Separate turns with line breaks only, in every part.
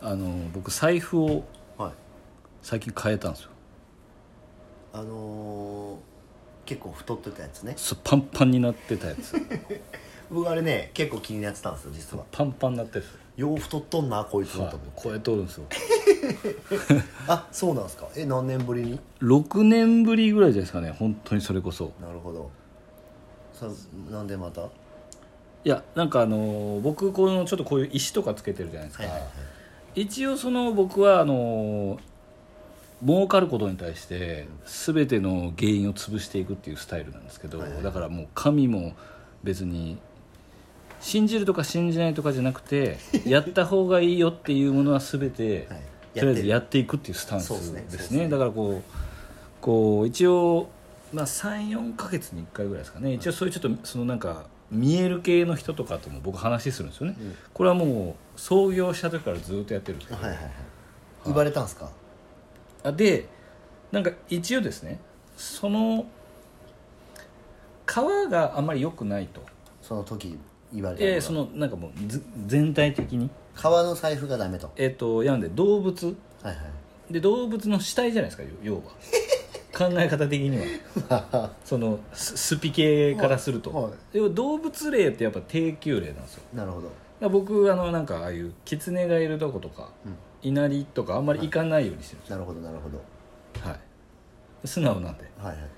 あの僕財布を
はい
最近変えたんですよ
あのー結構太ってたやつね
そうパンパンになってたや つ
僕あれね結構気になってたんですよ実は
パンパンになってるんです
よう太っとんなこいつ
よ、
と
はい
思って、
超えとるんですよ
あそうなんですかえ何年ぶりに
6年ぶりぐらいじゃないですかね本当にそれこそ
なるほどさなんでまたはい
やなんかあの僕このちょっとこういう石とかつけてるじゃないですか、
いはいはい
一応その僕はあの儲かることに対して全ての原因を潰していくっていうスタイルなんですけど、
はいはい
だからもう神も別に信じるとか信じないとかじゃなく てやった方がいいよっていうものは全て、
はい
とりあえず
や
やっていくっていうスタンス
そう
で
です
す
ね
ね
そうですね
だからこうこう一応、まあ、34か月に1回ぐらいですかね一応そういうちょっとそのなんか見える系の人とかとも僕話するんですよね、
うん
これはもう創業した時からずっとやってるんですけど、
はいはいはい言われたんですか
あでなんか一応ですねその皮があんまり良くないと
その時言われたのが
でそのなんかもうず全体的に
革の財布がダメと
えっ、とやんで動物
はいはい
で動物の死体じゃないですか要 要は考え方的にはそのススピ系からすると、
はいはい
でも動物霊ってやっぱ低級霊なんですよだか
なるほど
ら僕あのなんかああいう狐がいるとことか、
うん
稲荷とかあんまり行かないようにしてるんです
なるほどなるほど
よ、はい、素直なんで
はいはい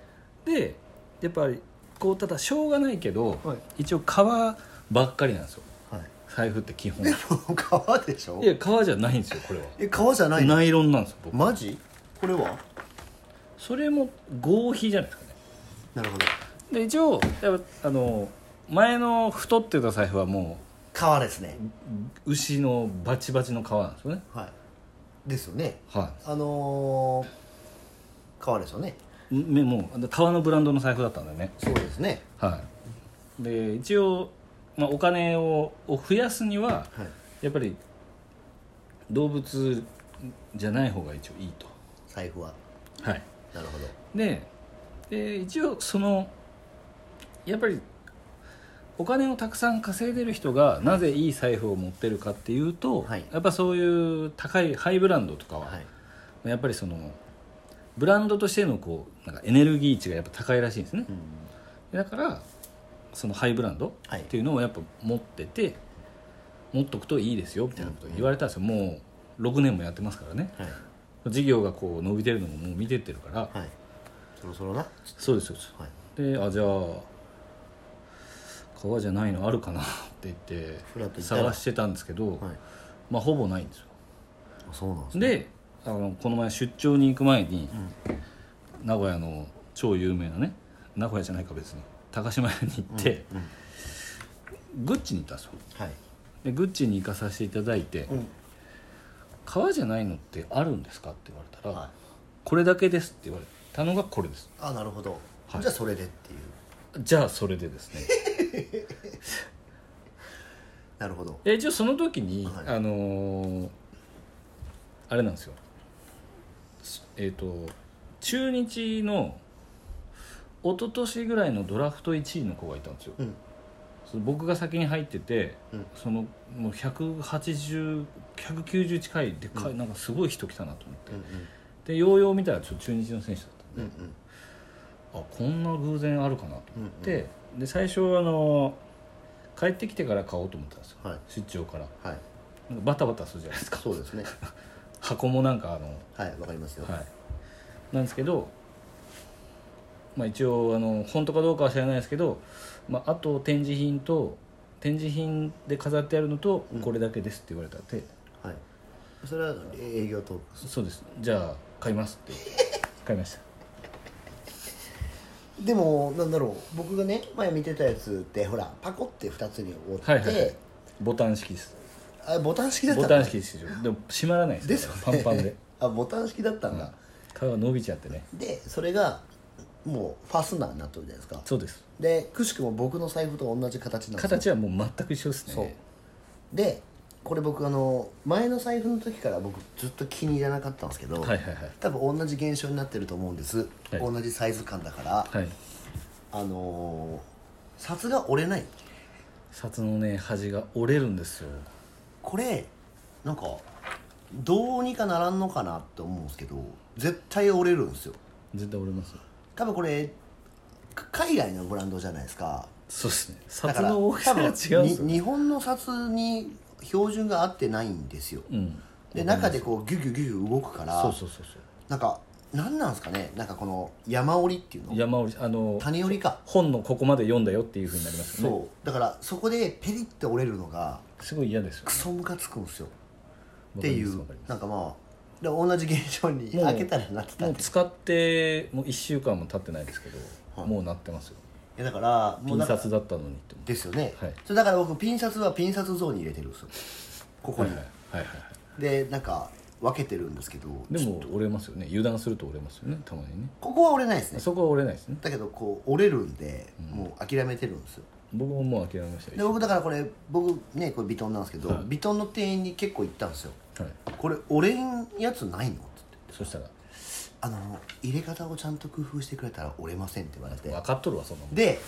でやっぱりこうただしょうがないけど、
はい
一応革ばっかりなんですよ
はい
財布って基 本い
でも革でしょ
や革じゃないんですよこれは
え革じゃないの
ナイロンなんですよ僕
マジこれは
それも合皮じゃないですかね
なるほど
で一応やっぱあの前の太ってた財布はも
革ですね
う牛のバチバチの皮なんですよね
はいですよね
は
あのー、革ですよね
いめもう革のブランドの財布だったんだよね
そうですね
はいで一応、まあ、お金をを増やすには
はい
やっぱり動物じゃない方が一応いいと
財布は
はい
なるほど
でで一応そのやっぱりお金をたくさん稼いでる人がなぜいい財布を持ってるかっていうと、
はい
やっぱそういう高いハイブランドとかは、
はい
やっぱりそのブランドとしてのこうなんかエネルギー値がやっぱ高いらしいんですね
うん
だからそのハイブランド
はい
っていうのをやっぱ持ってて持っとくといいですよみたいなことを言われたんですよ、もう6年もやってますからね
はい
事業がこう伸びてるのももう見てってるから、
はいそろそろなはい
そうですそうですであじゃあ革じゃないのあるかな って言っ
ふらっと
て
行ったら
探してたんですけど、
はい
まあほぼないんですよ
あそうなんですね
であのこの前出張に行く前に
うん
名古屋の超有名なね名古屋じゃないか別に高島屋に行って、
うんうん
グッチに行ったんですよ
はい
でグッチに行かさせていただいて
うん
「革じゃないのってあるんですか?」って言われたら、
はい
これだけです」って言われたのがこれです
あなるほど
はい
じゃあそれでっていう
じゃあそれでですね
なるほど
え一応その時に、
はい
あのーあれなんですよすえっ、と中日の一昨年ぐらいのドラフト1位の子がいたんですよ、
うん
その僕が先に入ってて、
うん
そのもう180190近いでかい、なんかすごい人来たなと思って、
うん
でようよう見たらちょっと中日の選手だったんで
うんうんうん
あこんな偶然あるかなと
うんうん
思って、で最初あの帰ってきてから買おうと思ったんですよ
はい
出張から
はい
なんかバタバタするじゃないですか
そうですね
箱もなんかあの
はいわかりますよ
はいなんですけどまあ一応あの本当かどうかは知らないですけど、まあ、あと展示品と展示品で飾ってあるのと
うん
これだけですって言われたって、
はいそれは営業トークです
そうですじゃあ買いますっ て言って買いました
でもなんだろう僕がね前見てたやつってほらパコって2つに折って、
はいはいはいボタン式です
あボタン式だった
ボ
の
タン式ですよでも閉まらないです
ですよ
パン
ね
パンで
あボタン式だったんだ、
皮が伸びちゃってね
でそれがもうファスナーになってるじゃないですか
そうです
でくしくも僕の財布と同じ形なんですよ
形はもう全く一緒ですね
そうでこれ僕あの前の財布の時から僕ずっと気に入らなかったんですけど、
はいはいはい
多分同じ現象になってると思うんです、
はい
同じサイズ感だから、
はい
あのー札が折れない
札のね端が折れるんですよ
これなんかどうにかならんのかなって思うんですけど絶対折れるんですよ
絶対折れますよ
多分これか海外のブランドじゃないですか
そうですね
だ
札
から
の
多
大きさが違うんですよ
分に日本の札に標準が合ってないんですよ
うん
で中でこうギュギュギュギュ動くから
そうそうそうそう
なんかなんなんですかねなんかこの山折りっていうの
山折りあの
谷折りか
本のここまで読んだよっていうふうになりますよね
そうだからそこでペリって折れるのが
すごい嫌ですよ
クソムカつくんですよっ
わ
て
かり
い
ます
う
わかります
なんかまあで同じ現象に
もう
開けたらなってた
も
ん
う
で
使ってもう1週間も経ってないですけど、
はい
もうなってますよ
いやだからも
ピ
う
ン
なんか
札だったのにって思
ですよね、
はい
それだから僕ピン札はピン札ゾーンに入れてるんですよこ
う
こ
はい
に、
はいはいはい
でなんか分けてるんですけど
でも折れますよね油断すると折れますよねたまにね
ここは折れないですね
そこは折れないですね
だけどこう折れるんで、もう諦めてるんですよ
僕ももう諦めました
で
よ、
僕だからこれ僕ねこれヴィトンなんですけど、
はい
ヴィトンの店員に結構行ったんですよ
はい、
これ折れんやつないのって
そしたら
あの入れ方をちゃんと工夫してくれたら折れませんって言われて
分かっとるわそんなもん
で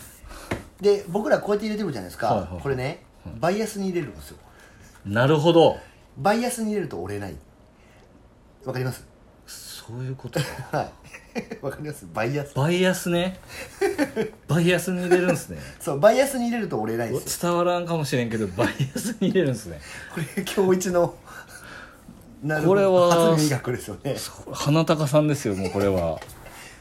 で僕らこうやって入れてるじゃないですか、
はいはい
これねバイアスに入れるんですよ
なるほど
バイアスに入れると折れないわかります
そういうことか
はいわかりますバイアス
バイアスねバイアスに入れるんですね
そうバイアスに入れると折れないんですよ
伝わらんかもしれんけどバイアスに入れるんですね
これ今日一のなる
これは
初美学ですよね
そう花高さんですよもうこれは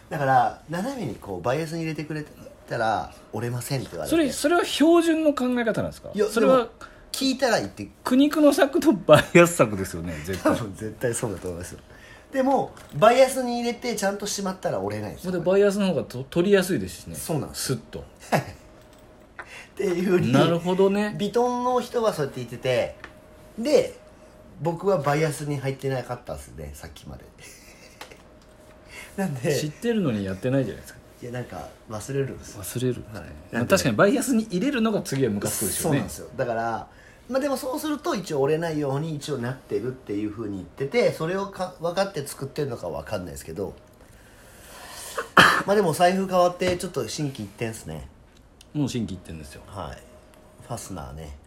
だから斜めにこうバイアスに入れてくれたら折れませんって言われて
それそれは標準の考え方なんですか
いや
それ
で
は
も聞いたら言って
苦肉の策とバイアス策ですよね絶
多
対
分絶対そうだと思いますよでもバイアスに入れてちゃんとしまったら折れないんです
そ
よ
れで
これ
バイアスの方がと取りやすいですしね
そうなんです
スッと
っていうふうに
なるほどね
ビトンの人はそうやって言っててで僕はバイアスに入ってなかったですねさっきまで なん で
知ってるのにやってないじゃないですか
いやなんか忘れるんですよ
忘れるんですね
はい
まあ確かにバイアスに入れるのが次はムカつくでしょ
そうう
ね
なんですよだからまあでもそうすると一応折れないように一応なってるっていうふうに言っててそれをか分かって作ってるのか分かんないです けどまあでも財布変わってちょっと心機一転ですね
もう新規行ってんですよ
はいファスナーね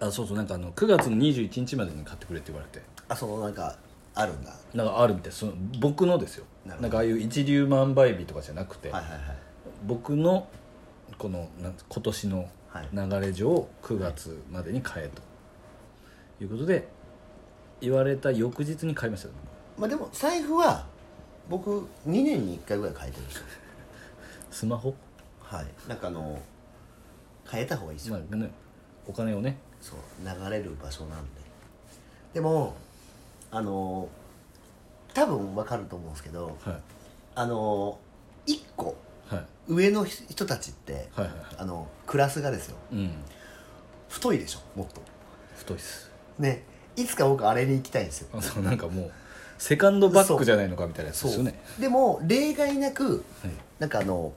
あそうそうなんかあの9月の21日までに買ってくれって言われて
あそのなんかあるんだは
なんかあるみたいその僕のですよ
な
な
るほど
んかああいう一粒万倍日とかじゃなくて、
いはいはい
僕のこのなん今年の流れ上9月までに買えと、い、うことで言われた翌日に買いましたよ
まあでも財布は僕2年に1回ぐらい変えてるんですよ
スマホ、
はいなんかあの変えた方がいいですよ、
まあね、お金をね
そう流れる場所なんででもあの多分わかると思うんですけど
はい
あの1個
はい
上の人たちって、
はいはいは
あのクラスがですよ
いうん
太いでしょもっと
太いっす
ねいつか僕あれに行きたいんですよ
あそうなんかもうセカンドバックじゃないのかみたいなやつですよね
でも例外なく
はい
なんかあの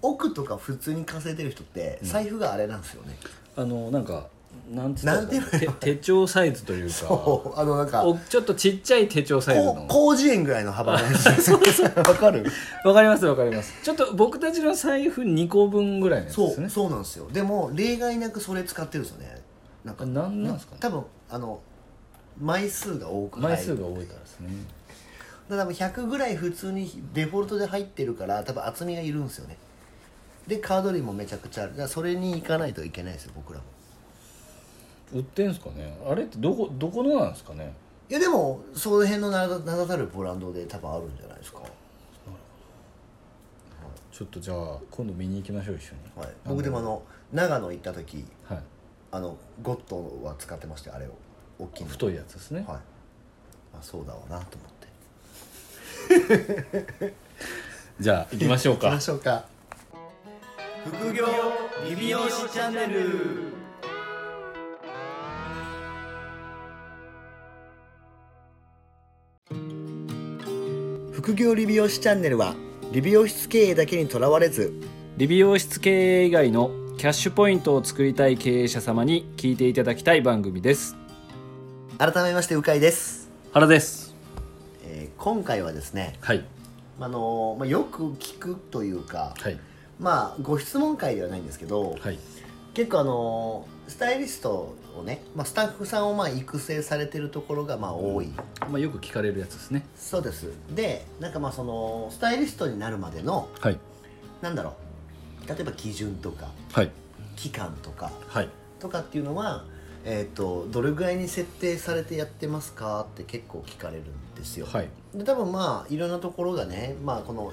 奥とか普通に稼いでる人って財布があれなんですよね、
あのなんかなんつったらいいんですか
なんて言えばいい
ね
の
手手帳サイズというか
そうあのなんか
おちょっとちっちゃい手帳サイズ
こ
の
う広辞苑ぐらいの幅のや つわかる
わかりますわかりますちょっと僕たちの財布2個分ぐらいのやつ
そ
です
う
ね
そうなんですよでも例外なくそれ使ってるんですよねなんか
あなんなんですかね
多分あの枚数が多く入る
枚数が多いからですね、
だから多分100ぐらい普通にデフォルトで入ってるから多分厚みがいるんですよねでカード類もめちゃくちゃあるだからそれに行かないといけないですよ僕らも
売ってんすかねあれってどこどこのなんですかね
いやでもその辺の名だ名だたるブランドで多分あるんじゃないですか
ちょっとじゃあ今度見に行きましょう一緒に
はい、僕でもあの長野行った時
はい
あのゴッドは使ってましてあれを大きいの
太いやつですね、
はい、あ、そうだわなと思って
じゃあ行きましょう
行き
か
ましょうか
副業リビオシチャンネル
副業理美容師チャンネルは理美容室経営だけにとらわれず
理美容室経営以外のキャッシュポイントを作りたい経営者様に聞いていただきたい番組です
改めまして鵜飼です、
原です
えー今回はですね、
はい
あのーまあ、よく聞くというか、
はい
まあご質問会ではないんですけど、
はい
結構あのスタイリストをね、まあ、スタッフさんをまあ育成されてるところがまあ多い、
まあ、よく聞かれるやつですね
そうですでなんかまあそのスタイリストになるまでの
はい
なんだろう例えば基準とか
はい
期間とか
はい
とかっていうのは、えー、とどれぐらいに設定されてやってますかって結構聞かれるんですよ、
はい
で多分まあいろんなところがね、まあ、この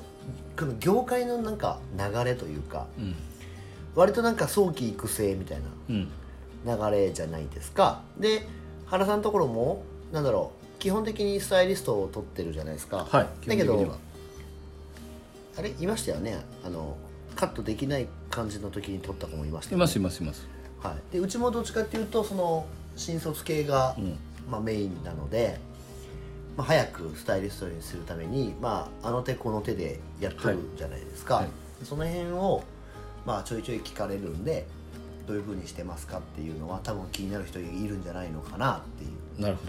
この業界のなんか流れというか
うん
割となんか早期育成みたいな
うん
流れじゃないですかで原さんのところもなんだろう基本的にスタイリストを取ってるじゃないですか、
はい基
だけ
本的に
ど
は
あれいましたよねあのカットできない感じの時に取った子もいました
い
よね
ますいますいます
はい、でうちもどっちかっていうとその新卒系が、
うん
まあ、メインなので、まあ、早くスタイリストにするために、まあ、あの手この手でやっとるじゃないですか、
はいはい
その辺を、まあ、ちょいちょい聞かれるんでどういうふうにしてますかっていうのは多分気になる人いるんじゃないのかなっていう
なるほ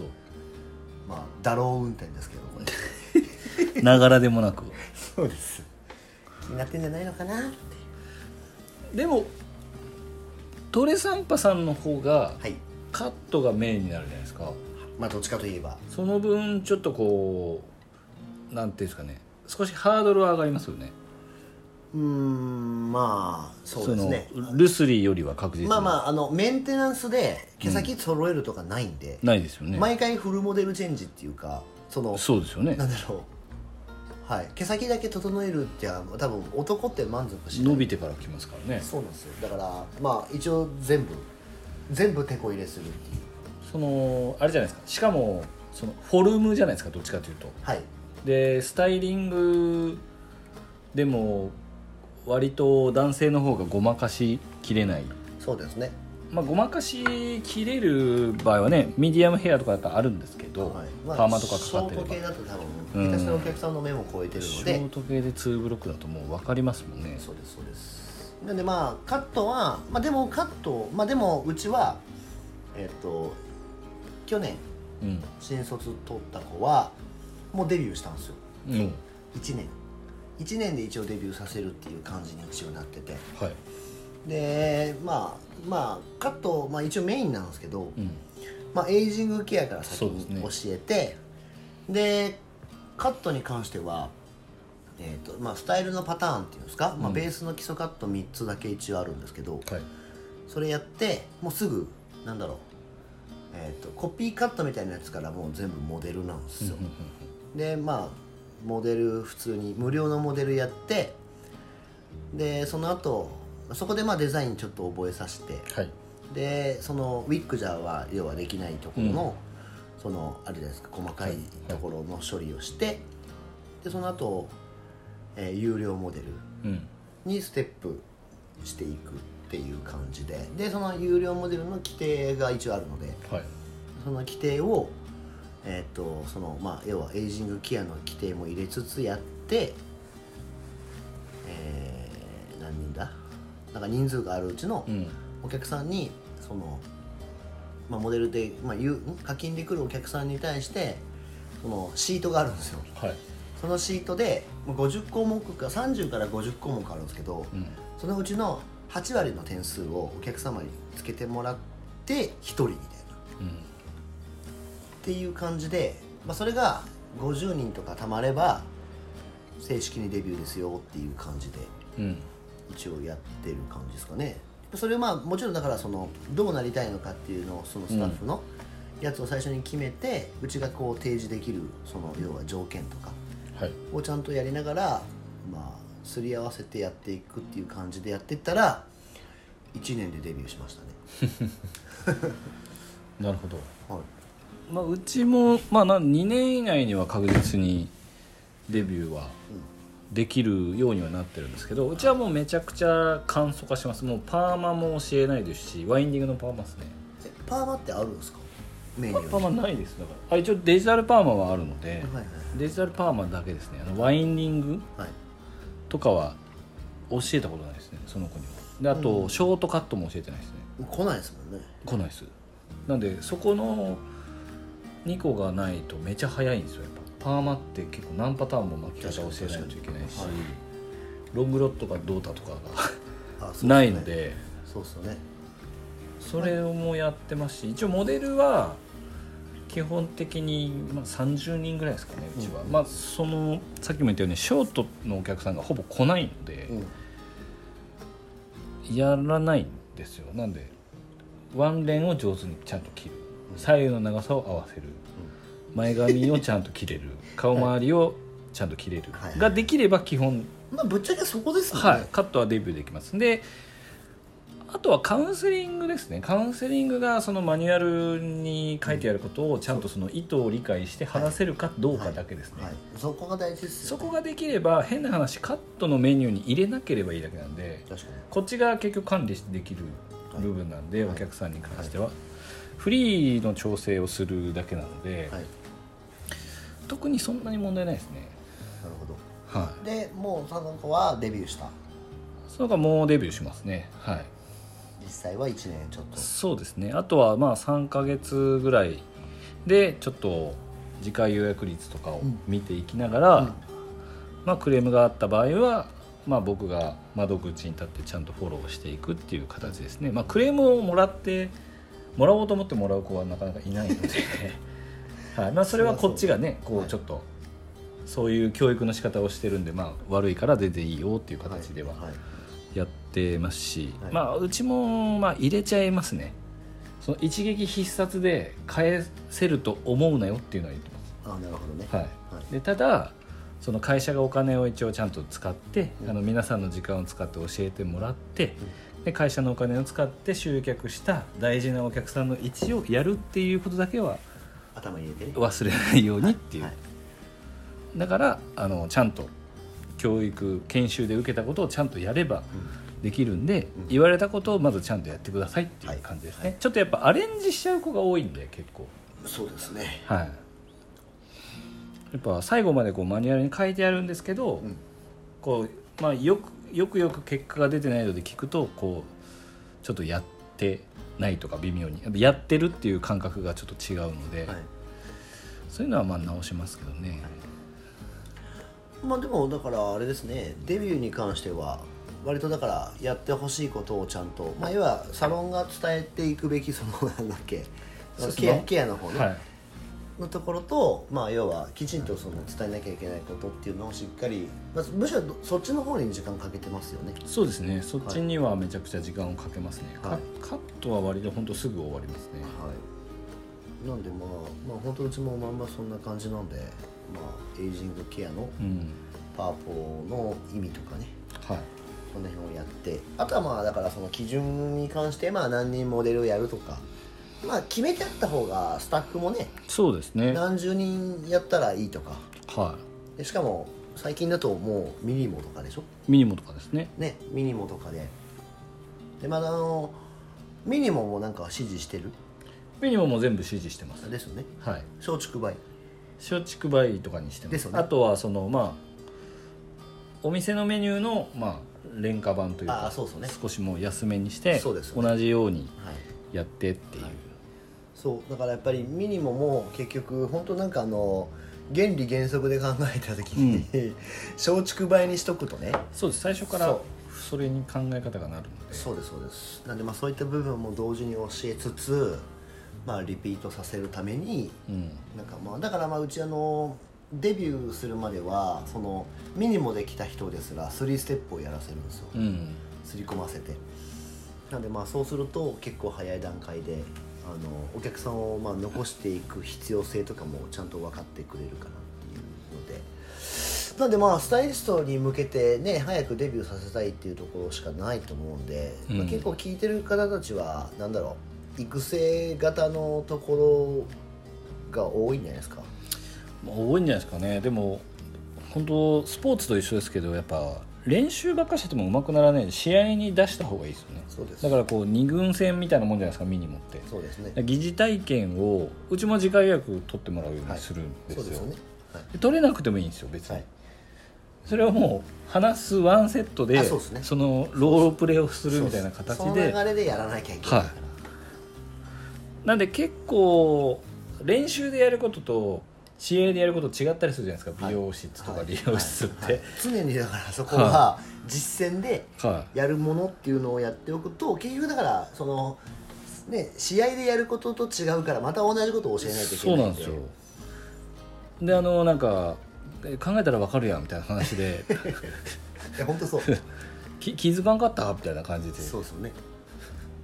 まあだろう運転ですけど これ
どながらでもなく
そうです気になってんじゃないのかなってい う
でもトレサンパさんの方が
はい
カットがメインになるじゃないですか
まあどっちかといえば
その分ちょっとこうなんていうんですかね少しハードルは上がりますよね
うーんまあそうですね
そのルスリーよりは確実に
まあまああのメンテナンスで毛先揃えるとかないんで、
ないですよね
毎回フルモデルチェンジっていうかその
そうですよね
なんだろうはい毛先だけ整えるって多分男って満足しない
伸びてから来ますからね
そうなんですよだからまあ一応全部全部手こ入れするっていう
そのあれじゃないですかしかもそのフォルムじゃないですかどっちかというと
はい
でスタイリングでも割と男性の方がごまかしきれない
そうですね
まあごまかしきれる場合はねミディアムヘアとかだったらあるんですけど、
はい
パーマとかかかってれ
ショート系
ば
だと多
う
分
ん
下手したらお客さんの目も超えてる
ショ
ので
ート系で2ブロックだともう分かりますもんね
そうですそうですなんでまあカットはまあでもカットまあでもうちはえっ、と去年
うん
新卒取った子はもうデビューしたんですよ
うん
1年1年で一応デビューさせるっていう感じに一応なってて
はい
でまあまあカット、まあ、一応メインなんですけど、
うん
まあ、エイジングケアから先
そうです
に
ね
教えてで,、カットに関しては、えーとまあ、スタイルのパターンっていうんですか、ま
う
あ、
ん
ベースの基礎カット3つだけ一応あるんですけど、
はい
それやってもうすぐなんだろう、えー、とコピーカットみたいなやつからもう全部モデルなんですよ、
うんうん
でまあモデル普通に無料のモデルやってでその後そこでまあデザインちょっと覚えさせて
はい
でそのウィッグじゃは要はできないところの、そのあれじゃないですか細かいところの処理をして、でその後、えー有料モデル
うん
にステップしていくっていう感じででその有料モデルの規定が一応あるので
はい
その規定を、えーとそのまあ、要はエイジングケアの規定も入れつつやって、えー何人だなんか人数があるうちの
うん
お客さんにその、まあ、モデルで、まあ、言うん課金で来るお客さんに対してそのシートがあるんですよ
はい
そのシートでまあ50項目か30から50項目あるんですけど、
うん
そのうちの8割の点数をお客様につけてもらって1人みたいな。
うん
っていう感じで、まあ、それが50人とかたまれば正式にデビューですよっていう感じで
うん
一応やってる感じですかねそれはまあもちろんだからそのどうなりたいのかっていうのをそのスタッフのやつを最初に決めて、うちがこう提示できるその要は条件とか
はい
をちゃんとやりながらまあすり合わせてやっていくっていう感じでやってったら1年でデビューしましたね、
なるほど
はい、
まあ、うちも、まあ、な2年以内には確実にデビューはできるようにはなってるんですけどうちはもうめちゃくちゃ簡素化しますもうパーマも教えないですしワインディングのパーマですね
えパーマってあるんですかメニューに
パーマないですだからあ一応デジタルパーマはあるので
はいはい
デジタルパーマだけですねあのワインディング
はい
とかは教えたことないですねその子にはであとショートカットも教えてないですね
来ないですもんね
来ないですなんでそこの2個がないとめちゃ早いんですよやっぱパーマって結構何パターンも巻き方を教えないといけないし、
確かに確かには
ロングロットかどうだとかが
あそうっすよね
ないので
そうっすよね
それもやってますし一応モデルは基本的に、まあ、30人ぐらいですかねうちは、まあそのさっきも言ったようにショートのお客さんがほぼ来ないので、やらないんですよなんでワンレンを上手にちゃんと切る左右の長さを合わせる、前髪をちゃんと切れ る顔周りをちゃんと切れる、
はいはい
ができれば基本
まあぶっちゃけそこですもんね、
はい、カットはデビューできますであとはカウンセリングですねカウンセリングがそのマニュアルに書いてあることをちゃんとその意図を理解して話せるかどうかだけですね、
はいそこが大事です
そ
よ、ね、
こができれば変な話カットのメニューに入れなければいいだけなんで
確かに
こっちが結局管理できる部分なんで、
は
お
い
客さんに関しては、フリーの調整をするだけなので、
はい
特にそんなに問題ないですね
なるほど
はい
でもうその子はデビューした
その他もうデビューしますねはい
実際は1年ちょっと
そうですねあとはまあ3ヶ月ぐらいでちょっと次回予約率とかを見ていきながら、
うん
まあ、クレームがあった場合は、まあ、僕が窓口に立ってちゃんとフォローしていくっていう形ですね、まあ、クレームをもらってもらおうと思ってもらう子はなかなかいないの で、はいまあ、それはこっちがねこうちょっとそういう教育の仕方をしてるんで、まあ、悪いから全然いいよっていう形では
はい
やってますし、
はい
まあうちもまあ入れちゃいますねその一撃必殺で返せると思うなよっていうのは言ってま
あなるほどね
す、はい
はい
でただその会社がお金を一応ちゃんと使って、
うん
あの皆さんの時間を使って教えてもらって、で会社のお金を使って集客した大事なお客さんの位置をやるっていうことだけは
頭に入れてね
忘れないようにっていう、
はい
だからあのちゃんと教育研修で受けたことをちゃんとやればできるんで、
うん
言われたことをまずちゃんとやってくださいっていう感じですね、
はい
ちょっとやっぱアレンジしちゃう子が多いんで結構
そうですね
はいやっぱ最後までこうマニュアルに書いてあるんですけど、
うん
こうまあ、よくよくよく結果が出てないので聞くとこうちょっとやってないとか微妙にやっぱやってるっていう感覚がちょっと違うので、
はい
そういうのはまあ直しますけどね、
まあでもだからあれですねデビューに関しては割とだからやってほしいことをちゃんと、まあ、要はサロンが伝えていくべきそのなんだっけ
そうですね
ケアケアの方ね、
はい
のところと、まあ、要はきちんとその伝えなきゃいけないことっていうのをしっかり、まあ、むしろそっちの方に時間かけてますよね
そうですねそっちにはめちゃくちゃ時間をかけますね、
はい
カカットは割と本当すぐ終わりますね、
はいなんでまあまあ本当うちもまんまそんな感じなんで、まあ、エイジングケアの
うん
パーポーの意味とかね
はい
その辺をやってあとはまあだからその基準に関してまあ何人モデルをやるとかまあ決めてあった方がスタッフもね
そうですねはい
何十人やったらいいとかでしかも最近だともうミニモとかでしょ
ミニモとかですね
ねミニモとかででまだあのミニモもなんか指示してる
ミニモも全部指示してます
ですよね
はい
松竹梅
松竹梅とかにしてます
ですよね
あとはそのまあお店のメニューのまあ廉価版というか
あそうそうね
少しもう安めにして
そうですよね
同じように
はい
やってっていう、
そうだからやっぱりミニモも結局本当なんかあの原理原則で考えた時に、 松竹梅にしとくとね
そうです最初から
そ
それに考え方がなるので
そうですそうですなんでまあそういった部分も同時に教えつつまあリピートさせるために
うん
なんかまあだからまあうちあのデビューするまではそのミニモで来た人ですら3ステップをやらせるんですよ
うん
刷り込ませてなんでまあそうすると結構早い段階であのお客さんをまあ残していく必要性とかもちゃんと分かってくれるかなっていうのでなんでまあスタイリストに向けてね早くデビューさせたいっていうところしかないと思うんで、
うん
まあ、結構聞いてる方たちはなんだろう育成型のところが多いんじゃないですか
まあ多いんじゃないですかねでも本当スポーツと一緒ですけどやっぱ練習ばっかしてても上手くならないんで試合に出した方がいいですよね
そうです
だからこう二軍戦みたいなもんじゃないですかミニモって
そうですね
疑似体験をうちも自家予約取ってもらうようにするんです
そ
よ,
う
で、
ですよねはい
取れなくてもいいんですよ別に、
はい
それはもう話すワンセットで
あそうですね
のロールプレイをするみたいな形
そうそう
で
その流れでやらなきゃいけないから、
なんで結構練習でやることと試合でやること違ったりするじゃないですか、
はい
美容室と
は
か
い
理容室って、
はい常にだからそこは実践で
は
やるものっていうのをやっておくと結局だからそのね試合でやることと違うからまた同じことを教えないといけ
そ
な
う
い
なんですよであのなんかえ考えたらわかるやんみたいな話で
いや本当そう
き気づかんかったみたいな感じで
そうそうね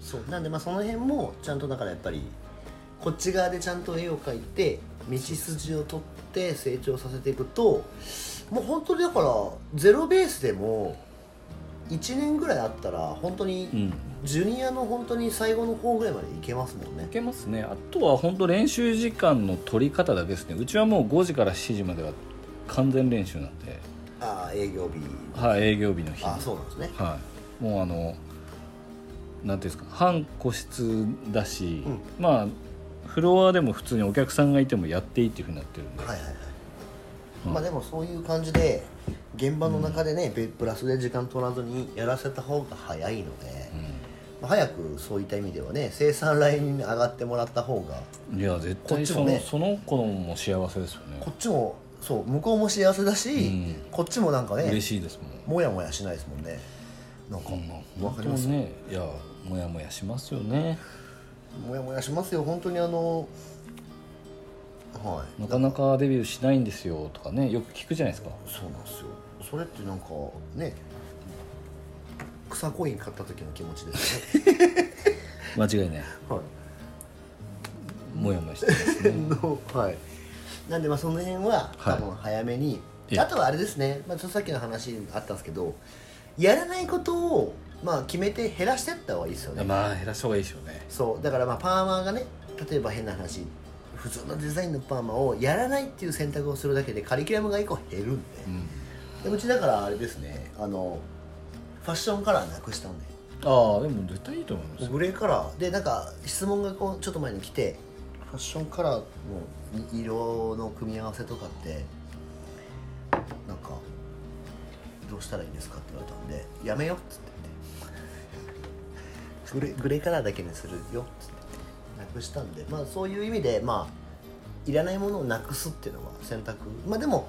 そうなんでまあその辺もちゃんとだからやっぱりこっち側でちゃんと絵を描いて道筋を取って成長させていくともう本当にだからゼロベースでも1年ぐらいあったら本当
う
に
ん
ジュニアの本当に最後の方ぐらいまでいけますもんね
い、けますねあとは本当練習時間の取り方だけですねうちはもう5時から7時までは完全練習なんで、
ああ営業日
はい、営業日の日
ああそうなんですね
はい、もうあのなんていうんですか半個室だし、
うん
まあフロアでも普通にお客さんがいてもやっていいっていうふうになってるんで、
はいはいはい、
うん
まあでもそういう感じで現場の中でね、べプラスで時間取らずにやらせた方が早いので、まあ早くそういった意味ではね生産ラインに上がってもらった方が
うん、いや絶対そ
こっ
の,、
ちもね
その子も幸せですよね
こっちもそう向こうも幸せだし、
うん
こっちもなんかね
嬉しいですもん
もやもやしないですもんねなんか、
こんな
わかります
本当ねいやもやもやしますよね
もやもやしますよ本当にあのはい
なかなかデビューしないんですよとかねよく聞くじゃないですか
そうなんですよそれってなんかね草コイン買った時の気持 ちですね、
間違いない
はい
もやもやしてますね
のはいなんでまあその辺は
はい
多分早めに、
ええ
あとはあれですね、まあ、ちょっとさっきの話あったんですけどやらないことをまあ決めて減らしていった方がいいですよね、
まあ減らした方がいいでしょうね
そうだからまあパーマーがね例えば変な話普通のデザインのパーマをやらないっていう選択をするだけでカリキュラムが1個減るんで,、
うん
うでうちだからあれですねあのファッションカラーなくしたんで
ああでも絶対いいと思いますよ
グレーカラーでなんか質問がこうちょっと前に来てファッションカラーの色の組み合わせとかってなんかどうしたらいいんですかって言われたんで「やめよ」っつって言ってグレグレーカラーだけにするよっつって言ってなくしたんでまあそういう意味でまあいらないものをなくすっていうのは選択まあでも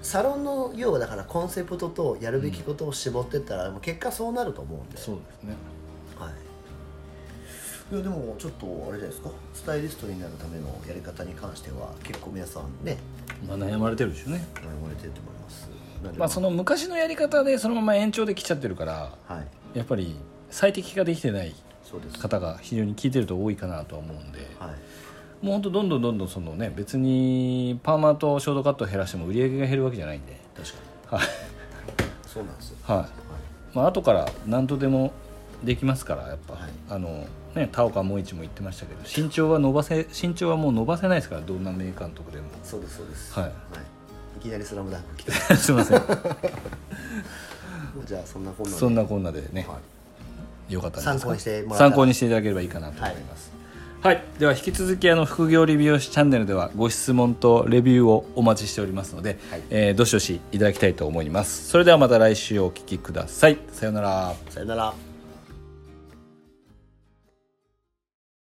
サロンの要はだからコンセプトとやるべきことを絞ってったら、もう結果そうなると思うんで
そうですね
はい、いやでもちょっとあれじゃないですかスタイリストになるためのやり方に関しては結構皆さんね
まあ悩まれてるでしょうね
言われてると思いますなんで
まあその昔のやり方でそのまま延長できちゃってるから
はい
やっぱり最適化できてない
そうです
方が非常に聞いてると多いかなとは思うんで
はい
もうほんとどんどんどんどんそのね別にパーマとショートカットを減らしても売り上げが減るわけじゃないんで
確かに
はい、
そうなんですよ
は
はい
いまあ後から何とでもできますからやっぱ、
はい
あのね田岡萌一も言ってましたけど身長は伸ばせ身長はもう伸ばせないですからどんな名監督でも
そうですそうです
はい
いきなり「スラムダンク来 た
すいませ ん
じゃあそんなこんなで
そんなこんなでね、
はい
よかったんですか
参考にしてもらったら
参考にしていただければいいかなと思います、はいでは引き続きあの副業理美容師チャンネルではご質問とレビューをお待ちしておりますので、
はい
えーどしどしいただきたいと思いますそれではまた来週お聞きくださいさようなら
さよなら